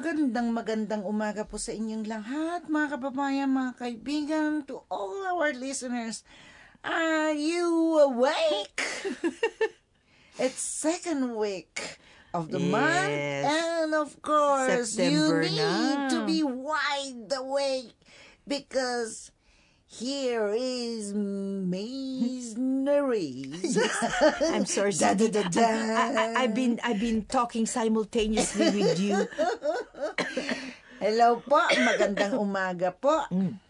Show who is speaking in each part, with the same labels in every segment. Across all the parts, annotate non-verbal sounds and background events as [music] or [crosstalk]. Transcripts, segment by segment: Speaker 1: Magandang magandang umaga po sa inyong lahat, mga kababayan, mga kaibigan, to all our listeners. Are you
Speaker 2: [laughs]
Speaker 1: awake? It's second week of the month
Speaker 2: Yes.
Speaker 1: and of course
Speaker 2: September
Speaker 1: you need
Speaker 2: na.
Speaker 1: to be wide awake because here is Maze
Speaker 2: [laughs]
Speaker 1: Nerys.
Speaker 2: I'm sorry.
Speaker 1: [laughs] Da, da,
Speaker 2: Cindy.
Speaker 1: da, da.
Speaker 2: I, I, have been I've been talking simultaneously with you.
Speaker 1: Hello po, magandang umaga po.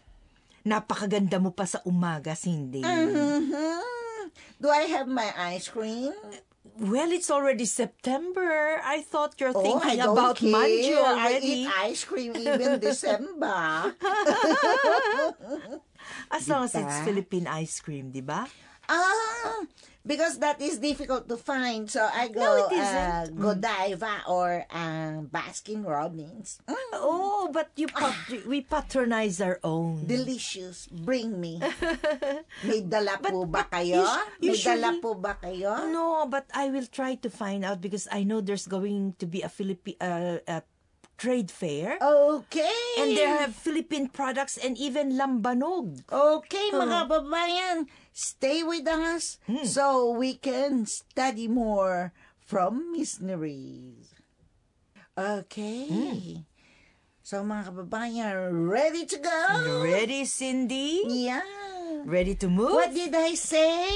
Speaker 2: [laughs] Napakaganda mo pa sa umaga, Cindy.
Speaker 1: Mm. Mhm. Do I have my ice cream?
Speaker 2: Well, it's already September. I thought you're
Speaker 1: Oh, I
Speaker 2: thinking
Speaker 1: don't
Speaker 2: about
Speaker 1: care.
Speaker 2: Manju
Speaker 1: I
Speaker 2: already.
Speaker 1: eat ice
Speaker 2: [laughs]
Speaker 1: cream even December.
Speaker 2: as long as it's
Speaker 1: Diba?
Speaker 2: Philippine ice cream, di ba?
Speaker 1: Ah, because that is difficult to find, so I go
Speaker 2: No,
Speaker 1: uh,
Speaker 2: it isn't.
Speaker 1: Godiva or uh, Baskin Robbins. Mm,
Speaker 2: Oh, but you pat- we patronize our own.
Speaker 1: delicious. Bring
Speaker 2: [laughs]
Speaker 1: me. May dala po ba kayo?
Speaker 2: us-
Speaker 1: May dala
Speaker 2: usually-
Speaker 1: po ba kayo?
Speaker 2: No, but I will try to find out because I know there's going to be a Philippi uh, a trade fair.
Speaker 1: Oh, Okay.
Speaker 2: And they have Philippine products and even lambanog. Oh.
Speaker 1: Okay, mga babayan, stay with us
Speaker 2: Hmm.
Speaker 1: so we can study more from missionaries. Okay.
Speaker 2: Hmm.
Speaker 1: So mga kababayan, ready to go?
Speaker 2: Ready, Cindy?
Speaker 1: Yeah.
Speaker 2: Ready to move?
Speaker 1: What did I say?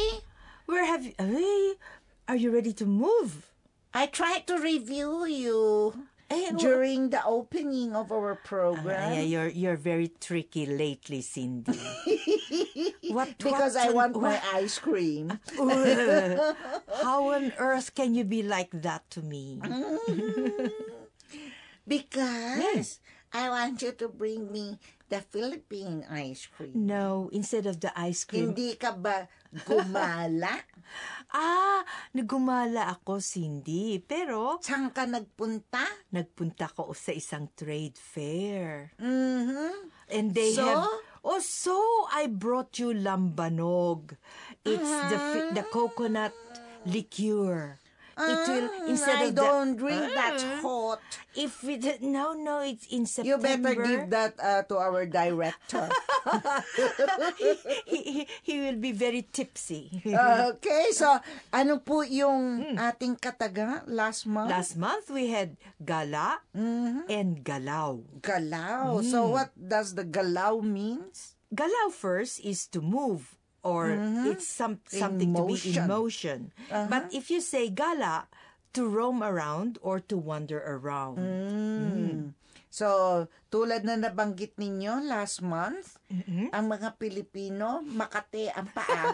Speaker 2: Where have you? Hey, are you ready to move?
Speaker 1: I tried to review you
Speaker 2: Eh, no.
Speaker 1: during the opening of our program.
Speaker 2: Ah, Yeah, you're you're very tricky lately, Cindy.
Speaker 1: [laughs]
Speaker 2: what?
Speaker 1: Because
Speaker 2: what
Speaker 1: I
Speaker 2: on-
Speaker 1: want my
Speaker 2: what-
Speaker 1: ice cream.
Speaker 2: Ugh. How on earth can you be like that to me?
Speaker 1: Because I want you to bring me the Philippine ice cream.
Speaker 2: No, instead of the ice cream.
Speaker 1: Hindi ka ba gumala?
Speaker 2: Ah, nagumala ako, Cindy. Pero
Speaker 1: Saan ka nagpunta?
Speaker 2: nagpunta ko sa isang trade fair.
Speaker 1: Mhm.
Speaker 2: And they
Speaker 1: So?
Speaker 2: have Oh, so I brought you lambanog. It's the
Speaker 1: Mm-hmm.
Speaker 2: fi- the coconut liqueur. It will instead
Speaker 1: Mm, I
Speaker 2: of
Speaker 1: don't
Speaker 2: the,
Speaker 1: drink that
Speaker 2: Mm.
Speaker 1: hot.
Speaker 2: If we did- no no it's in
Speaker 1: You
Speaker 2: September.
Speaker 1: better give that uh, to our director. [laughs]
Speaker 2: [laughs] he, he, he will be very
Speaker 1: [laughs]
Speaker 2: tipsy.
Speaker 1: okay, so ano po yung ating kataga last month?
Speaker 2: Last month we had gala
Speaker 1: Mm-hmm.
Speaker 2: and galaw.
Speaker 1: Galaw. So what does the galaw means?
Speaker 2: Galaw first is to move or it's some something to be in
Speaker 1: Mm-hmm. motion. Uh-huh.
Speaker 2: motion. But if you say gala, to roam around or to wander around.
Speaker 1: Mm.
Speaker 2: Mm.
Speaker 1: So, tulad na nabanggit ninyo last month, ang mga Pilipino, makate ang paa.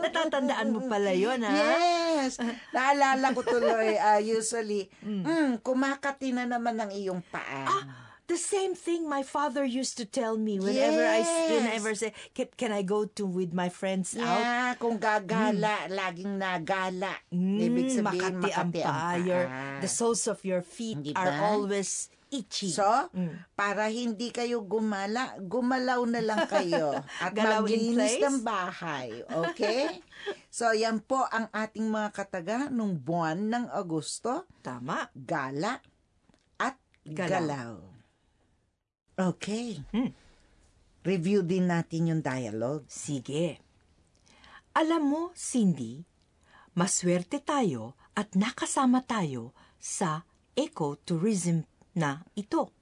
Speaker 2: Natatandaan mo
Speaker 1: [laughs]
Speaker 2: pala yun, [laughs] ha?
Speaker 1: Yes! Naalala ko
Speaker 2: [laughs]
Speaker 1: tuloy, ah, usually, mm, kumakati na naman ang iyong paa.
Speaker 2: Ah! The same thing my father used to tell me whenever I s-
Speaker 1: Yes.
Speaker 2: whenever I say, can, can I go to with my friends out?
Speaker 1: yeah, kung gagala, laging nagala. Ibig
Speaker 2: Mm,
Speaker 1: sabihin,
Speaker 2: Makati ang paa. Your- the soles of your feet
Speaker 1: Di
Speaker 2: are
Speaker 1: ba?
Speaker 2: always itchy.
Speaker 1: So,
Speaker 2: Mm.
Speaker 1: para hindi kayo gumala, gumalaw na lang kayo
Speaker 2: [laughs]
Speaker 1: at
Speaker 2: Galaw in
Speaker 1: maglinis
Speaker 2: place?
Speaker 1: ng bahay.
Speaker 2: [laughs]
Speaker 1: Okay? so, yan po ang ating mga kataga nung buwan ng Agosto.
Speaker 2: Tama.
Speaker 1: gala at
Speaker 2: Galaw. Hmm.
Speaker 1: galaw. Okay. Review din natin yung dialogue.
Speaker 2: Sige. Alam mo, Cindy, maswerte tayo at nakasama tayo sa ecotourism na ito.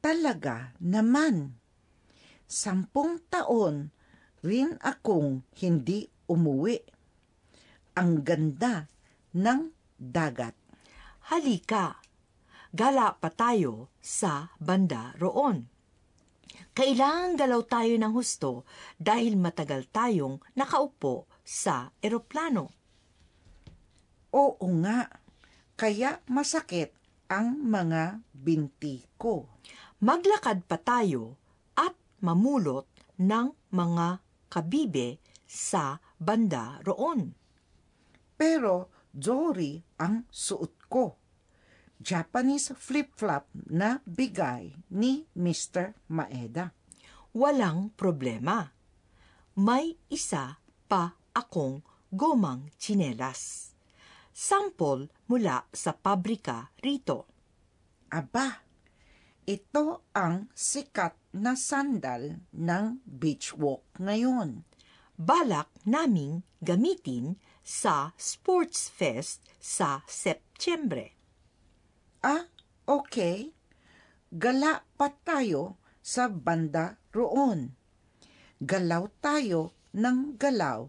Speaker 1: Talaga naman. Sampung taon rin akong hindi umuwi. Ang ganda ng dagat.
Speaker 2: Halika, gala pa tayo sa banda roon. Kailangan galaw tayo ng husto dahil matagal tayong nakaupo sa eroplano.
Speaker 1: Oo nga, kaya masakit ang mga binti ko.
Speaker 2: Maglakad pa tayo at mamulot ng mga kabibe sa banda roon.
Speaker 1: Pero Jory ang suot ko. Japanese flip-flop na bigay ni Mr. Maeda.
Speaker 2: Walang problema. May isa pa akong gomang tsinelas. Sample mula sa pabrika rito.
Speaker 1: Aba, ito ang sikat na sandal ng beach walk ngayon.
Speaker 2: Balak naming gamitin sa sports fest sa Setyembre.
Speaker 1: Ah, okay. Gala pa tayo sa banda roon. Galaw tayo ng galaw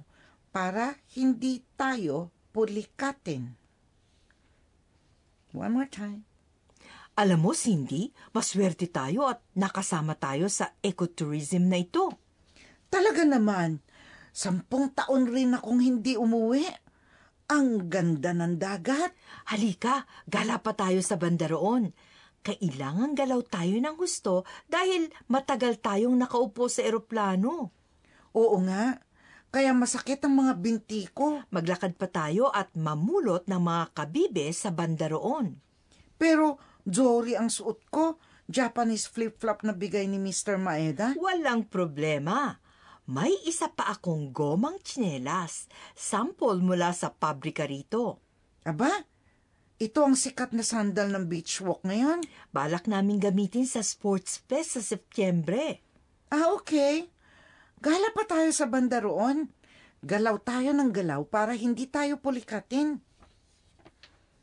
Speaker 1: para hindi tayo pulikatin. One more time.
Speaker 2: Alam mo, Cindy, maswerte tayo at nakasama tayo sa ecotourism na ito.
Speaker 1: Talaga naman, sampung taon rin akong hindi umuwi. Ang ganda ng dagat.
Speaker 2: Halika, gala pa tayo sa banda roon. Kailangan galaw tayo ng gusto dahil matagal tayong nakaupo sa eroplano.
Speaker 1: Oo nga, kaya masakit ang mga binti ko.
Speaker 2: Maglakad pa tayo at mamulot ng mga kabibe sa banda roon.
Speaker 1: Pero jewelry ang suot ko. Japanese flip-flop na bigay ni Mr. Maeda.
Speaker 2: Walang problema. May isa pa akong gomang tsinelas, sample mula sa pabrika rito.
Speaker 1: Aba, ito ang sikat na sandal ng beach walk ngayon.
Speaker 2: Balak namin gamitin sa sports fest sa Setyembre.
Speaker 1: Ah, okay. Gala pa tayo sa banda roon. Galaw tayo ng galaw para hindi tayo pulikatin.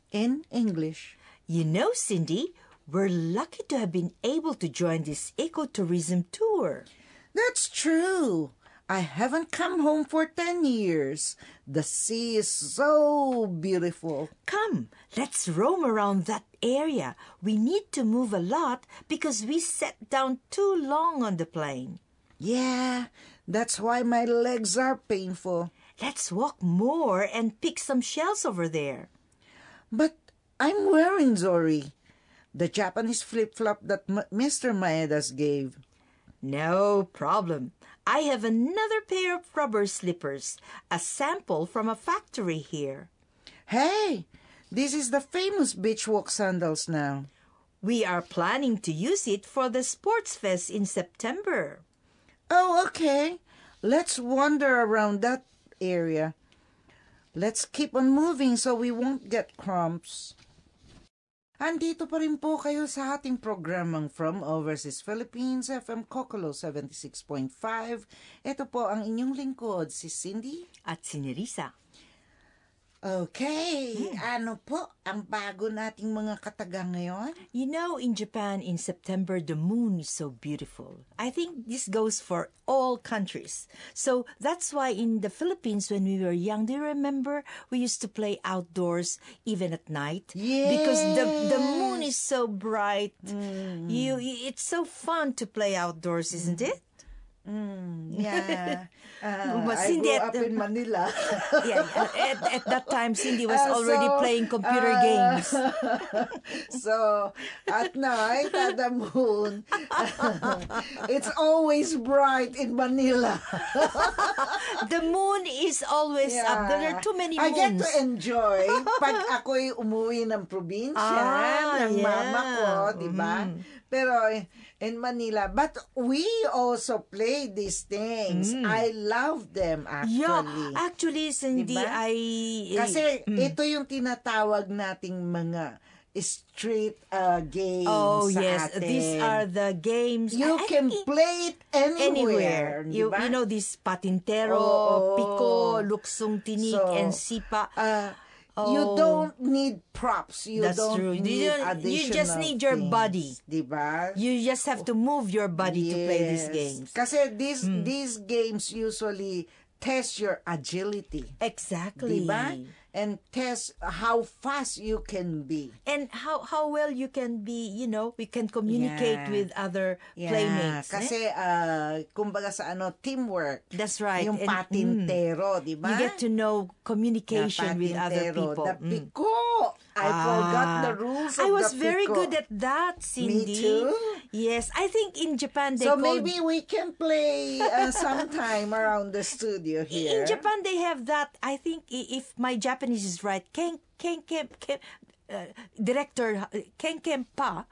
Speaker 1: In English.
Speaker 2: You know, Cindy, we're lucky to have been able to join this ecotourism tour.
Speaker 1: That's true. I haven't come home for 10 years. The sea is so beautiful.
Speaker 2: Come, let's roam around that area. We need to move a lot because we sat down too long on the plane.
Speaker 1: Yeah, that's why my legs are painful.
Speaker 2: Let's walk more and pick some shells over there.
Speaker 1: But I'm wearing Zori, the Japanese flip flop that M- Mr. Maedas gave.
Speaker 2: No problem. I have another pair of rubber slippers, a sample from a factory here.
Speaker 1: Hey, this is the famous beach walk sandals now.
Speaker 2: We are planning to use it for the sports fest in September.
Speaker 1: Oh, okay. Let's wander around that area. Let's keep on moving so we won't get cramps. Andito pa rin po kayo sa ating programang From Overseas Philippines, FM Kokolo 76.5. Ito po ang inyong lingkod, si Cindy.
Speaker 2: At sinerisa.
Speaker 1: Okay, ano po ang bago nating mga kataga ngayon?
Speaker 2: You know, in Japan in September, the moon is so beautiful. I think this goes for all countries. So that's why in the Philippines, when we were young, do you remember we used to play outdoors even at night? Because the, the moon is so bright.
Speaker 1: Mm.
Speaker 2: You, it's so fun to play outdoors, isn't it?
Speaker 1: [laughs] Yeah. Uh, I
Speaker 2: Masindi
Speaker 1: grew
Speaker 2: at
Speaker 1: up
Speaker 2: the-
Speaker 1: in [laughs] Manila.
Speaker 2: Yeah, at, at that time, Cindy was
Speaker 1: Ah,
Speaker 2: already
Speaker 1: so,
Speaker 2: playing computer
Speaker 1: ah,
Speaker 2: games.
Speaker 1: [laughs] so, at night, at the moon, [laughs] it's always bright in
Speaker 2: [laughs]
Speaker 1: Manila.
Speaker 2: The moon is always up. There
Speaker 1: Yeah.
Speaker 2: are too many
Speaker 1: I get
Speaker 2: moons.
Speaker 1: to enjoy
Speaker 2: [laughs]
Speaker 1: pag ako'y umuwi ng probinsya
Speaker 2: Ah,
Speaker 1: ng mama
Speaker 2: yeah. Mm-hmm.
Speaker 1: ko, di ba? Pero in Manila, but we also play these things. I love them
Speaker 2: Mm. Yeah,
Speaker 1: actually.
Speaker 2: actually, Cindy,
Speaker 1: Diba?
Speaker 2: I... eh,
Speaker 1: Kasi
Speaker 2: Mm.
Speaker 1: ito yung tinatawag nating mga street uh, games
Speaker 2: Oh,
Speaker 1: sa
Speaker 2: yes.
Speaker 1: atin.
Speaker 2: These are the games.
Speaker 1: You
Speaker 2: I- I
Speaker 1: can
Speaker 2: think
Speaker 1: play it anywhere. diba?
Speaker 2: anywhere.
Speaker 1: di
Speaker 2: You,
Speaker 1: ba?
Speaker 2: you know, this patintero,
Speaker 1: Oo.
Speaker 2: pico, luksong tinik,
Speaker 1: So,
Speaker 2: and sipa.
Speaker 1: Uh, You
Speaker 2: Oh.
Speaker 1: don't need props. You
Speaker 2: That's
Speaker 1: don't
Speaker 2: true. You
Speaker 1: need
Speaker 2: don't- you
Speaker 1: additional
Speaker 2: just need your
Speaker 1: things,
Speaker 2: body.
Speaker 1: Diba?
Speaker 2: you just have to move your body to play these
Speaker 1: Yes.
Speaker 2: games. Mm.
Speaker 1: Kasi these, these games usually test your agility.
Speaker 2: Exactly.
Speaker 1: Diba? And test how fast you can be.
Speaker 2: And how, how well you can be, you know, we can communicate
Speaker 1: Yeah.
Speaker 2: with other playmates. eh?
Speaker 1: Kasi, uh, kumbaga sa ano, teamwork.
Speaker 2: That's right.
Speaker 1: Yung
Speaker 2: And,
Speaker 1: patintero, di
Speaker 2: mm,
Speaker 1: ba?
Speaker 2: you get to know
Speaker 1: Na
Speaker 2: communication with other
Speaker 1: patintero.
Speaker 2: people.
Speaker 1: The
Speaker 2: Mm.
Speaker 1: piko. I forgot
Speaker 2: Ah.
Speaker 1: the rules of
Speaker 2: I was
Speaker 1: the
Speaker 2: very
Speaker 1: piko.
Speaker 2: good at that, Cindy.
Speaker 1: too.
Speaker 2: Yes, I think in Japan they
Speaker 1: So
Speaker 2: call
Speaker 1: maybe we can play
Speaker 2: [laughs]
Speaker 1: uh, sometime around the studio here.
Speaker 2: in Japan they have that. I think i- if my Japanese is right, ken ken ken, ken uh, director uh, ken ken pa.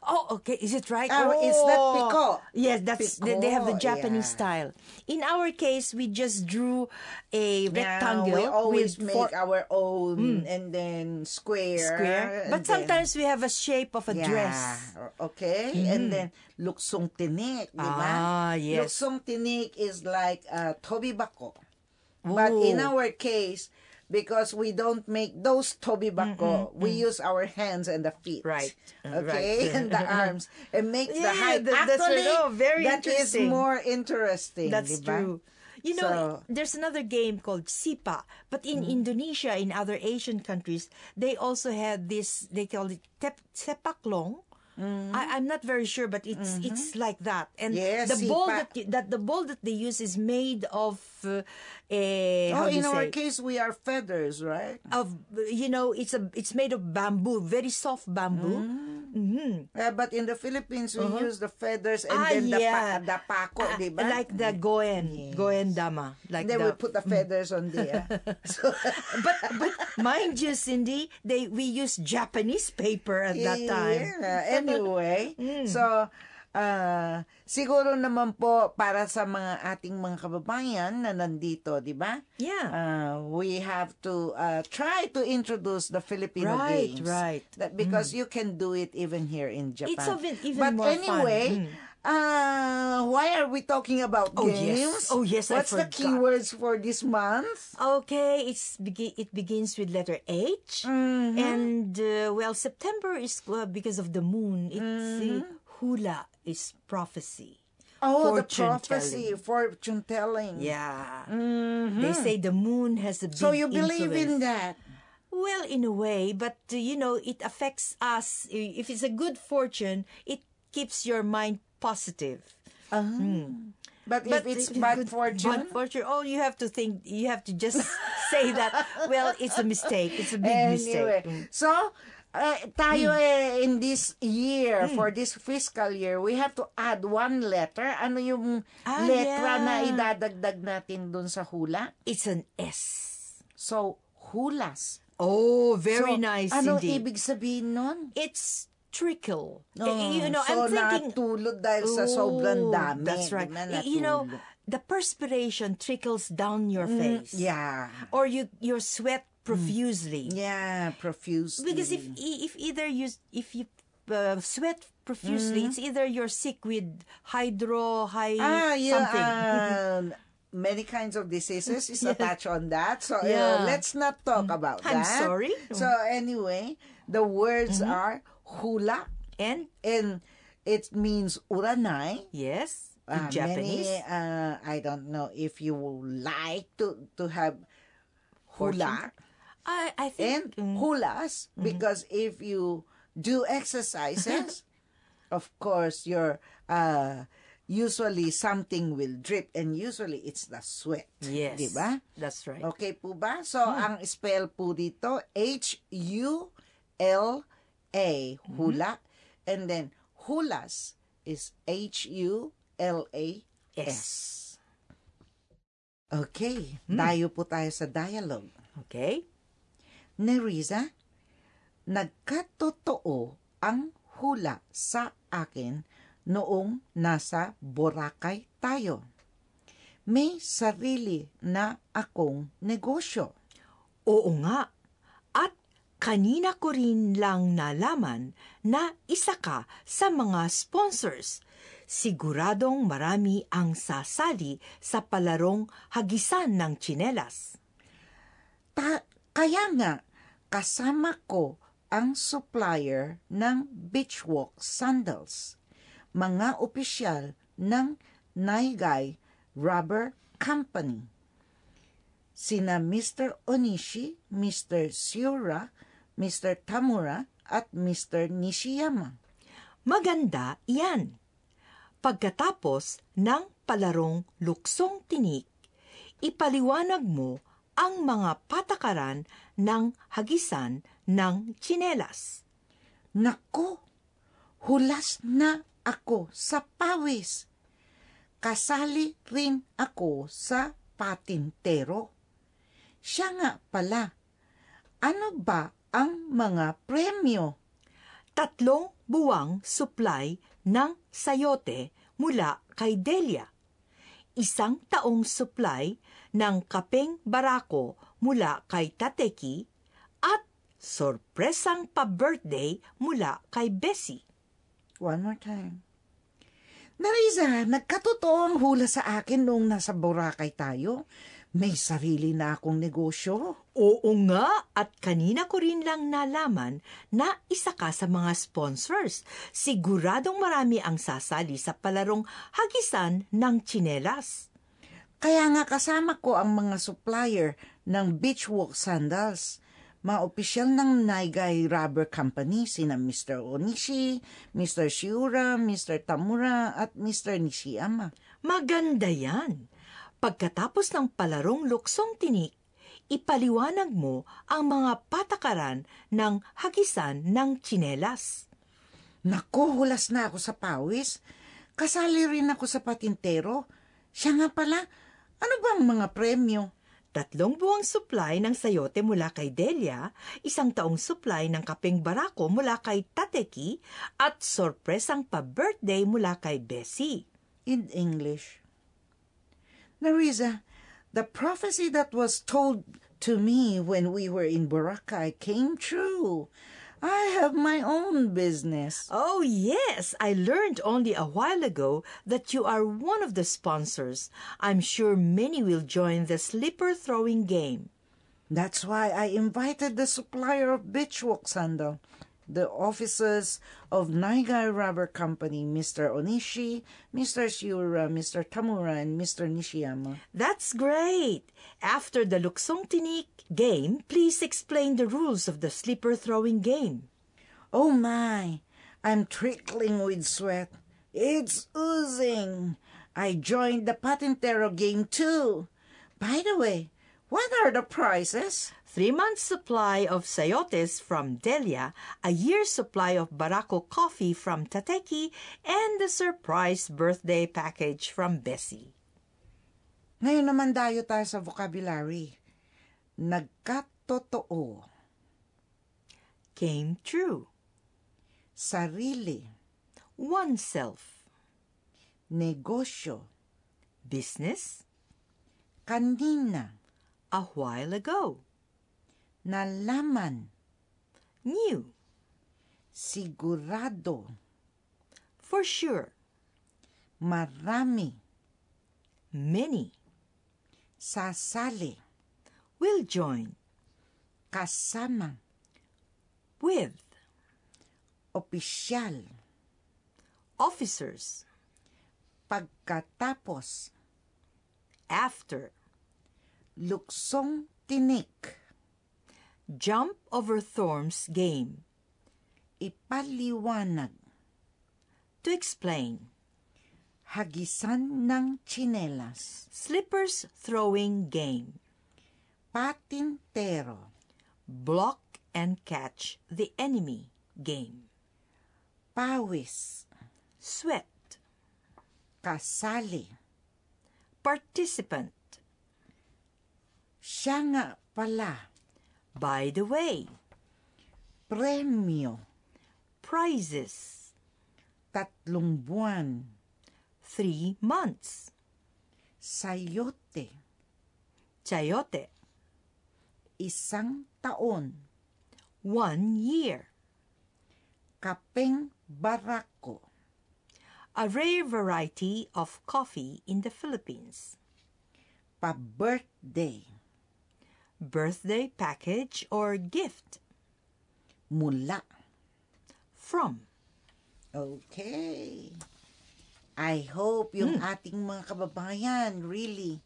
Speaker 2: Oh, okay. Is it right?
Speaker 1: Ah,
Speaker 2: oh.
Speaker 1: it's not piko.
Speaker 2: Yes, that's they, they have the
Speaker 1: Piko,
Speaker 2: Japanese
Speaker 1: yeah.
Speaker 2: style. In our case, we just drew a rectangle
Speaker 1: Yeah, we always
Speaker 2: with
Speaker 1: make
Speaker 2: four Mm.
Speaker 1: our own and then square. and
Speaker 2: square, but
Speaker 1: then-
Speaker 2: sometimes we have a shape of a
Speaker 1: yeah,
Speaker 2: dress. Mm-hmm.
Speaker 1: Okay? And then luksong tinik, di ba?
Speaker 2: Ah, yes.
Speaker 1: Luksong tinik is like uh, tobi bako. But
Speaker 2: Ooh.
Speaker 1: in our case, because we don't make those tobi bako, we use our hands and the feet.
Speaker 2: mm. Right, uh,
Speaker 1: Okay? [laughs]
Speaker 2: right. [laughs]
Speaker 1: and the arms. It makes the
Speaker 2: Yeah,
Speaker 1: height.
Speaker 2: that- that's right.
Speaker 1: Actually,
Speaker 2: Oh, very
Speaker 1: that is
Speaker 2: interesting.
Speaker 1: more interesting.
Speaker 2: That's
Speaker 1: di ba?
Speaker 2: true. You know,
Speaker 1: So- Mm.
Speaker 2: there's another game called Sipa, but in Indonesia, in other Asian countries, they also had this. They call it tep- sepaklong. I, I'm not very sure, but it's it's like that. And
Speaker 1: Mm. Mm-hmm. Yes,
Speaker 2: the ball
Speaker 1: sipa.
Speaker 2: that, that the ball that they use is made of uh, eh,
Speaker 1: Oh,
Speaker 2: how do you
Speaker 1: in our
Speaker 2: say?
Speaker 1: case, we are feathers, right?
Speaker 2: of you know it's a it's made of bamboo, very soft bamboo.
Speaker 1: Mm. Yeah, Uh, but in the Philippines, we use the feathers and
Speaker 2: Ah,
Speaker 1: then the,
Speaker 2: yeah.
Speaker 1: pa- the pako,
Speaker 2: Ah,
Speaker 1: di ba?
Speaker 2: Like the goen, goen dama, like
Speaker 1: Then we
Speaker 2: the Mm.
Speaker 1: put the feathers on there.
Speaker 2: [laughs]
Speaker 1: so,
Speaker 2: but but mind you, Cindy, they we used Japanese paper at that time. Mm.
Speaker 1: Yeah.
Speaker 2: [laughs]
Speaker 1: Anyway, so, uh, siguro naman po para sa mga ating mga kababayan na nandito, di ba?
Speaker 2: Yeah.
Speaker 1: Uh, we have to uh, try to introduce the Filipino
Speaker 2: Right,
Speaker 1: games.
Speaker 2: right. Mm.
Speaker 1: That, because you can do it even here in Japan.
Speaker 2: even- even
Speaker 1: but
Speaker 2: more fun.
Speaker 1: anyway,
Speaker 2: Mm.
Speaker 1: uh, why are we talking about
Speaker 2: Oh, yes.
Speaker 1: games?
Speaker 2: Oh, yes, I
Speaker 1: What's the
Speaker 2: forgot.
Speaker 1: keywords for this month?
Speaker 2: Okay, it's begi- it begins with letter H,
Speaker 1: Mm-hmm.
Speaker 2: and uh, well, September is uh, because of the moon. It's uh,
Speaker 1: Mm-hmm.
Speaker 2: hula is prophecy.
Speaker 1: Oh, the
Speaker 2: Fortune
Speaker 1: prophecy,
Speaker 2: telling.
Speaker 1: fortune telling.
Speaker 2: Yeah, they say the moon has a big
Speaker 1: Mm-hmm. So you believe
Speaker 2: influence.
Speaker 1: in that?
Speaker 2: Well, in a way, but uh, you know, it affects us. I- If it's a good fortune, it keeps your mind positive.
Speaker 1: But, if it's bad fortune,
Speaker 2: Bad fortune. Oh, you have to think. You have to just [laughs] say that. Well, it's a mistake. It's a big
Speaker 1: anyway.
Speaker 2: mistake.
Speaker 1: So, uh, tayo
Speaker 2: Hmm.
Speaker 1: eh, in this year, for this fiscal year, we have to add one letter. Ano yung
Speaker 2: Ah,
Speaker 1: letra
Speaker 2: yeah.
Speaker 1: na idadagdag natin dun sa hula?
Speaker 2: It's an S.
Speaker 1: So, hulas.
Speaker 2: Oh, very
Speaker 1: So,
Speaker 2: nice
Speaker 1: Anong
Speaker 2: indeed.
Speaker 1: ibig sabihin nun?
Speaker 2: It's trickle. Eh,
Speaker 1: Oh,
Speaker 2: you know,
Speaker 1: so
Speaker 2: I'm thinking.
Speaker 1: natulog dahil sa sobrang
Speaker 2: Oh,
Speaker 1: dami.
Speaker 2: That's right.
Speaker 1: Di ba,
Speaker 2: Y- You know, mm,
Speaker 1: natulog?
Speaker 2: the perspiration trickles down your face.
Speaker 1: Mm, yeah. Mm.
Speaker 2: Or you your sweat profusely.
Speaker 1: Yeah, profusely.
Speaker 2: Because if e, if either you if you uh, sweat
Speaker 1: Mm.
Speaker 2: profusely, it's either you're sick with hydro, high
Speaker 1: Ah, yeah.
Speaker 2: something. [laughs]
Speaker 1: um, many kinds of diseases is attached on that. So uh,
Speaker 2: Yeah. Mm.
Speaker 1: let's not talk about
Speaker 2: I'm
Speaker 1: that.
Speaker 2: sorry. Mm-hmm.
Speaker 1: So anyway, the words are hula
Speaker 2: and
Speaker 1: and it means uranai.
Speaker 2: yes,
Speaker 1: Uh,
Speaker 2: in Japanese,
Speaker 1: Many, uh, I don't know if you would like to, to have hula
Speaker 2: I I
Speaker 1: and
Speaker 2: think mm,
Speaker 1: hulas because if you do
Speaker 2: [laughs]
Speaker 1: exercises, of course, you're uh, usually something will drip and usually it's the sweat.
Speaker 2: yes,
Speaker 1: Di ba?
Speaker 2: that's right. Hmm.
Speaker 1: Okay po ba? So, ang spell po dito, H-U-L-A,
Speaker 2: Mm-hmm.
Speaker 1: hula. And then, hulas is H-U-L-A-S.
Speaker 2: Yes. Hmm.
Speaker 1: Okay, tayo po tayo sa dialogue.
Speaker 2: Okay.
Speaker 1: Nerisa, nagkatotoo ang hula sa akin noong nasa Boracay tayo. May sarili na akong negosyo.
Speaker 2: Oo nga. At kanina ko rin lang nalaman na isa ka sa mga sponsors. Siguradong marami ang sasali sa palarong hagisan ng tsinelas.
Speaker 1: Ta- kaya nga, kasama ko ang supplier ng beachwalk sandals, mga opisyal ng Naigay Rubber Company. Sina Mr. Onishi, Mr. Siura, Mr. Tamura, at Mr. Nishiyama.
Speaker 2: Maganda iyan. Pagkatapos ng palarong luksong tinik, ipaliwanag mo ang mga patakaran ng hagisan ng tsinelas.
Speaker 1: Naku, hulas na ako sa pawis. Kasali rin ako sa patintero. Siya nga pala, ano ba ang mga premyo?
Speaker 2: tatlong buwang supply ng sayote mula kay Delia. Isang taong supply ng kapeng barako mula kay Tateki at sorpresang pa-birthday mula kay Bessie.
Speaker 1: One more time. Nariza, nagkatotoo ang hula sa akin noong nasa Boracay tayo. May sarili na akong negosyo.
Speaker 2: Oo nga, at kanina ko rin lang nalaman na isa ka sa mga sponsors. Siguradong marami ang sasali sa palarong hagisan ng tsinelas.
Speaker 1: Kaya nga kasama ko ang mga supplier ng beach walk sandals. Mga opisyal ng Naigay Rubber Company, sina Mr. Onishi, Mr. Shiura, Mr. Tamura, at Mr. Nishiyama.
Speaker 2: Maganda yan! Pagkatapos ng palarong luksong tinik, ipaliwanag mo ang mga patakaran ng hagisan ng tsinelas.
Speaker 1: Naku, hulas na ako sa pawis. Kasali rin ako sa patintero. Siya nga pala, ano bang mga premyo?
Speaker 2: Tatlong buwang supply ng sayote mula kay Delia, isang taong supply ng kapeng barako mula kay Tateki, at sorpresang pa-birthday mula kay Bessie.
Speaker 1: In English. Nariza, the prophecy that was told to me when we were in Boracay came true. I have my own business.
Speaker 2: Oh yes, I learned only a while ago that you are one of the sponsors. I'm sure many will join the slipper throwing game.
Speaker 1: That's why I invited the supplier of Beachwalk sandal, the officers of Naigai Rubber Company, Mr. Onishi, Mr. Shiura, Mr. Tamura, and Mr. Nishiyama.
Speaker 2: That's great. After the luksong tinik game, please explain the rules of the slipper throwing game.
Speaker 1: Oh my, I'm trickling with sweat. It's oozing. I joined the Patentero game too. By the way, what are the prizes?
Speaker 2: Three months supply of sayotes from Delia, a year's supply of Barako coffee from Tateki, and the surprise birthday package from Bessie.
Speaker 1: Ngayon naman dayo tayo sa vocabulary. Nagkatotoo.
Speaker 2: Came true.
Speaker 1: Sarili.
Speaker 2: Oneself.
Speaker 1: Negosyo.
Speaker 2: Business.
Speaker 1: Kanina.
Speaker 2: A while ago.
Speaker 1: Nalaman.
Speaker 2: New.
Speaker 1: Sigurado.
Speaker 2: For sure.
Speaker 1: Marami.
Speaker 2: Many.
Speaker 1: Sasali.
Speaker 2: Will join.
Speaker 1: Kasama.
Speaker 2: With.
Speaker 1: Opisyal.
Speaker 2: Officers.
Speaker 1: Pagkatapos.
Speaker 2: After.
Speaker 1: Luksong tinik.
Speaker 2: Jump over thorns game.
Speaker 1: Ipaliwanag.
Speaker 2: To explain.
Speaker 1: Hagisan ng tsinelas.
Speaker 2: Slippers throwing game.
Speaker 1: Patintero.
Speaker 2: Block and catch the enemy game.
Speaker 1: Pawis.
Speaker 2: Sweat.
Speaker 1: Kasali.
Speaker 2: Participant.
Speaker 1: Siya nga pala.
Speaker 2: By the way.
Speaker 1: Premyo.
Speaker 2: Prizes.
Speaker 1: Tatlong buwan.
Speaker 2: Three months.
Speaker 1: Sayote.
Speaker 2: Chayote.
Speaker 1: Isang taon.
Speaker 2: One year.
Speaker 1: Kapeng barako.
Speaker 2: A rare variety of coffee in the Philippines.
Speaker 1: Pa-birthday.
Speaker 2: Birthday package or gift
Speaker 1: Mula.
Speaker 2: from.
Speaker 1: Okay. I hope yung
Speaker 2: Hmm.
Speaker 1: ating mga kababayan, really,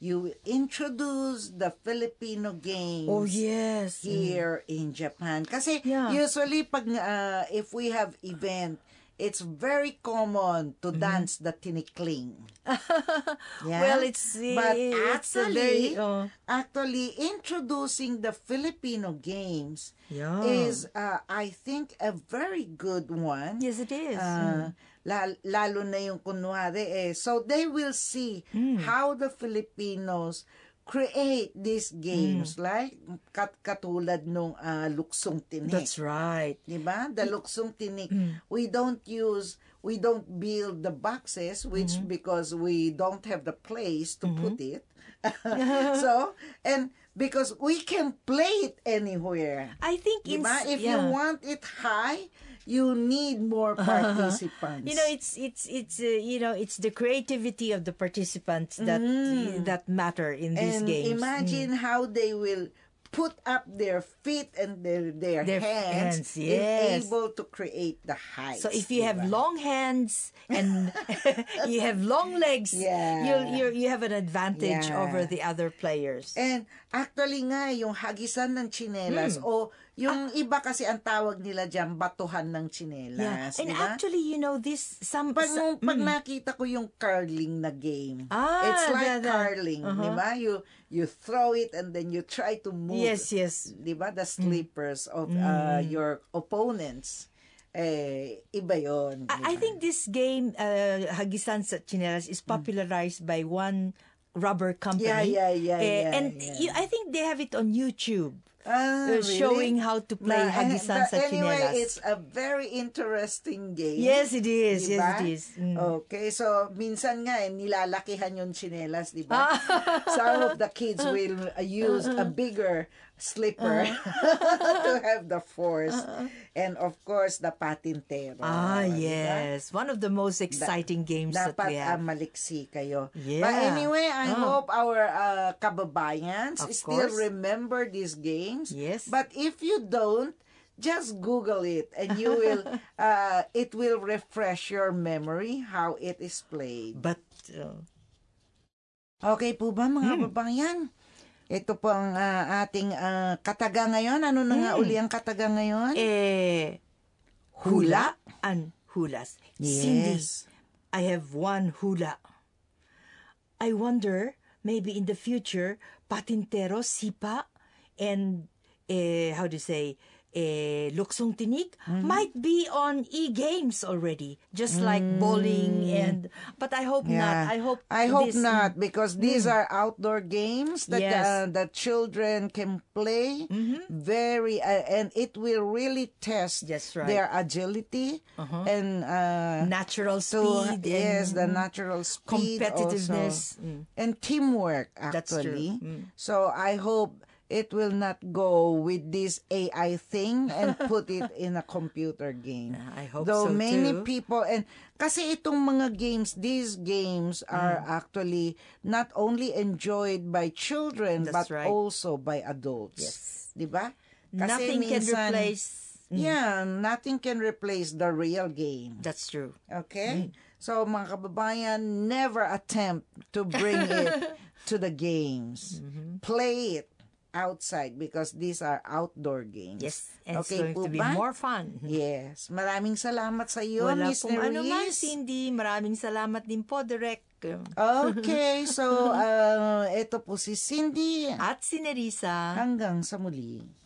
Speaker 1: you introduce the Filipino games
Speaker 2: Oh, yes.
Speaker 1: here in Japan. Kasi
Speaker 2: Yeah.
Speaker 1: usually, pag, uh, if we have event, it's very common to dance the
Speaker 2: [laughs]
Speaker 1: tinikling. Yeah?
Speaker 2: Mm-hmm. Well, it's-
Speaker 1: But
Speaker 2: it's a
Speaker 1: actually,
Speaker 2: very, oh.
Speaker 1: actually, introducing the Filipino games
Speaker 2: Yeah.
Speaker 1: is, uh, I think, a very good one.
Speaker 2: Yes, mm. it is.
Speaker 1: Uh, la-
Speaker 2: Hmm.
Speaker 1: lalo na yung kunwari eh. So they will see how the Filipinos create these
Speaker 2: Hmm.
Speaker 1: games like kat katulad nung ah, luksong tinik.
Speaker 2: That's right. Hmm.
Speaker 1: Diba? The luksong tinik. We don't use, we don't build the boxes, which
Speaker 2: Mm-hmm.
Speaker 1: because we don't have the place to put it. [laughs] so, and because we can play it anywhere.
Speaker 2: I think in
Speaker 1: Diba? If you
Speaker 2: yeah.
Speaker 1: want it high, you need more
Speaker 2: [laughs]
Speaker 1: participants.
Speaker 2: You know, it's it's it's uh, you know, it's the creativity of the participants that that matter in
Speaker 1: Mm.
Speaker 2: these
Speaker 1: and
Speaker 2: games. Mm.
Speaker 1: imagine how they will put up their feet and their their,
Speaker 2: Their
Speaker 1: hands,
Speaker 2: hands,
Speaker 1: in
Speaker 2: yes.
Speaker 1: able to create the height.
Speaker 2: Mm. So if you have long hands
Speaker 1: [laughs]
Speaker 2: and [laughs] you have long legs,
Speaker 1: Yeah.
Speaker 2: you you you have an advantage
Speaker 1: Yeah.
Speaker 2: over the other players.
Speaker 1: And actually nga, yung hagisan ng tsinelas
Speaker 2: Hmm.
Speaker 1: o yung
Speaker 2: Ah.
Speaker 1: iba kasi ang tawag nila dyan, batuhan ng
Speaker 2: yeah.
Speaker 1: tsinelas.
Speaker 2: And
Speaker 1: diba?
Speaker 2: actually, you know, this some
Speaker 1: pag, nung,
Speaker 2: some-
Speaker 1: pag nakita ko yung curling na game,
Speaker 2: Ah,
Speaker 1: it's
Speaker 2: the-
Speaker 1: like
Speaker 2: the-
Speaker 1: curling,
Speaker 2: uh-huh.
Speaker 1: di ba? You, you throw it and then you try to move
Speaker 2: yes, yes.
Speaker 1: di ba
Speaker 2: Mm.
Speaker 1: the slippers of uh, your opponents eh iba yon
Speaker 2: I, I think this game, uh, Hagisan sa Chinelas,
Speaker 1: Mm.
Speaker 2: is popularized by one rubber company.
Speaker 1: Yeah, yeah, yeah,
Speaker 2: Eh,
Speaker 1: yeah,
Speaker 2: and
Speaker 1: yeah.
Speaker 2: you- I think they have it on YouTube.
Speaker 1: Ah, Oh,
Speaker 2: uh, showing how to play hagisan sa
Speaker 1: eh, anyway
Speaker 2: tsinelas.
Speaker 1: it's a very interesting game
Speaker 2: Yes, it is. Yes,
Speaker 1: Diba?
Speaker 2: it is. Mm.
Speaker 1: Okay, so minsan nga eh, nilalakihan yung chinelas, di ba?
Speaker 2: Ah.
Speaker 1: Some of the
Speaker 2: [laughs]
Speaker 1: kids will uh, use a
Speaker 2: Uh-huh.
Speaker 1: bigger slipper [laughs] to have the force. And of course, the patintero.
Speaker 2: Uh-huh. Ah,
Speaker 1: di ba?
Speaker 2: yes. One of the most exciting games that
Speaker 1: Dapat
Speaker 2: we
Speaker 1: ah,
Speaker 2: have.
Speaker 1: maliksi kayo.
Speaker 2: Yeah.
Speaker 1: But anyway, I
Speaker 2: Ah.
Speaker 1: hope our uh, kababayans
Speaker 2: Of
Speaker 1: still
Speaker 2: course.
Speaker 1: remember these games.
Speaker 2: Yes.
Speaker 1: But if you don't, just Google it and you
Speaker 2: [laughs]
Speaker 1: will, uh, it will refresh your memory how it is played.
Speaker 2: But uh,
Speaker 1: Okay po ba
Speaker 2: Hmm.
Speaker 1: mga kababayan? Ito po ang ah, ating ah, kataga ngayon. Ano na nga uli ang kataga ngayon?
Speaker 2: Hmm. eh, hula and hulas. Cindy, I have one hula. I wonder, maybe in the future, patintero, sipa, and eh, how do you say, eh, luksong tinik
Speaker 1: Hmm.
Speaker 2: might be on e-games already, just like bowling and. But I hope
Speaker 1: Hmm. Yeah.
Speaker 2: not. I hope.
Speaker 1: I hope
Speaker 2: this- Mm.
Speaker 1: not because these are outdoor games that
Speaker 2: Yes. Mm-hmm.
Speaker 1: uh, the children can play very uh, and it will really test
Speaker 2: That's right. Uh-huh.
Speaker 1: their agility and uh,
Speaker 2: Natural
Speaker 1: to
Speaker 2: speed.
Speaker 1: yes the
Speaker 2: and,
Speaker 1: natural speed
Speaker 2: competitiveness.
Speaker 1: also.
Speaker 2: Mm.
Speaker 1: and teamwork
Speaker 2: That's true. Mm.
Speaker 1: actually. So I hope it will not go with this AI thing
Speaker 2: [laughs]
Speaker 1: and put it in a computer game.
Speaker 2: I hope
Speaker 1: Though
Speaker 2: so
Speaker 1: many
Speaker 2: too.
Speaker 1: people and kasi itong mga games, these games
Speaker 2: Mm.
Speaker 1: are actually not only enjoyed by children
Speaker 2: That's
Speaker 1: but
Speaker 2: right.
Speaker 1: also by adults.
Speaker 2: Yes.
Speaker 1: 'Di ba? Kasi
Speaker 2: Nothing can
Speaker 1: minsan-
Speaker 2: replace. mm.
Speaker 1: Yeah, nothing can replace the real game.
Speaker 2: That's true. Mm.
Speaker 1: Okay? So, mga kababayan, never attempt to
Speaker 2: [laughs]
Speaker 1: bring it to the games.
Speaker 2: Mm-hmm.
Speaker 1: Play it outside because these are outdoor games.
Speaker 2: Yes, and it's
Speaker 1: Okay
Speaker 2: going
Speaker 1: po
Speaker 2: to be
Speaker 1: ba?
Speaker 2: more fun.
Speaker 1: Yes. Maraming salamat sa iyo,
Speaker 2: Wala
Speaker 1: Miss
Speaker 2: pong ano man,
Speaker 1: Nerys.
Speaker 2: Cindy. Maraming salamat din po, Direk.
Speaker 1: Okay,
Speaker 2: [laughs]
Speaker 1: so, uh, ito po si Cindy.
Speaker 2: Ah. At si Nerissa.
Speaker 1: Hanggang sa muli.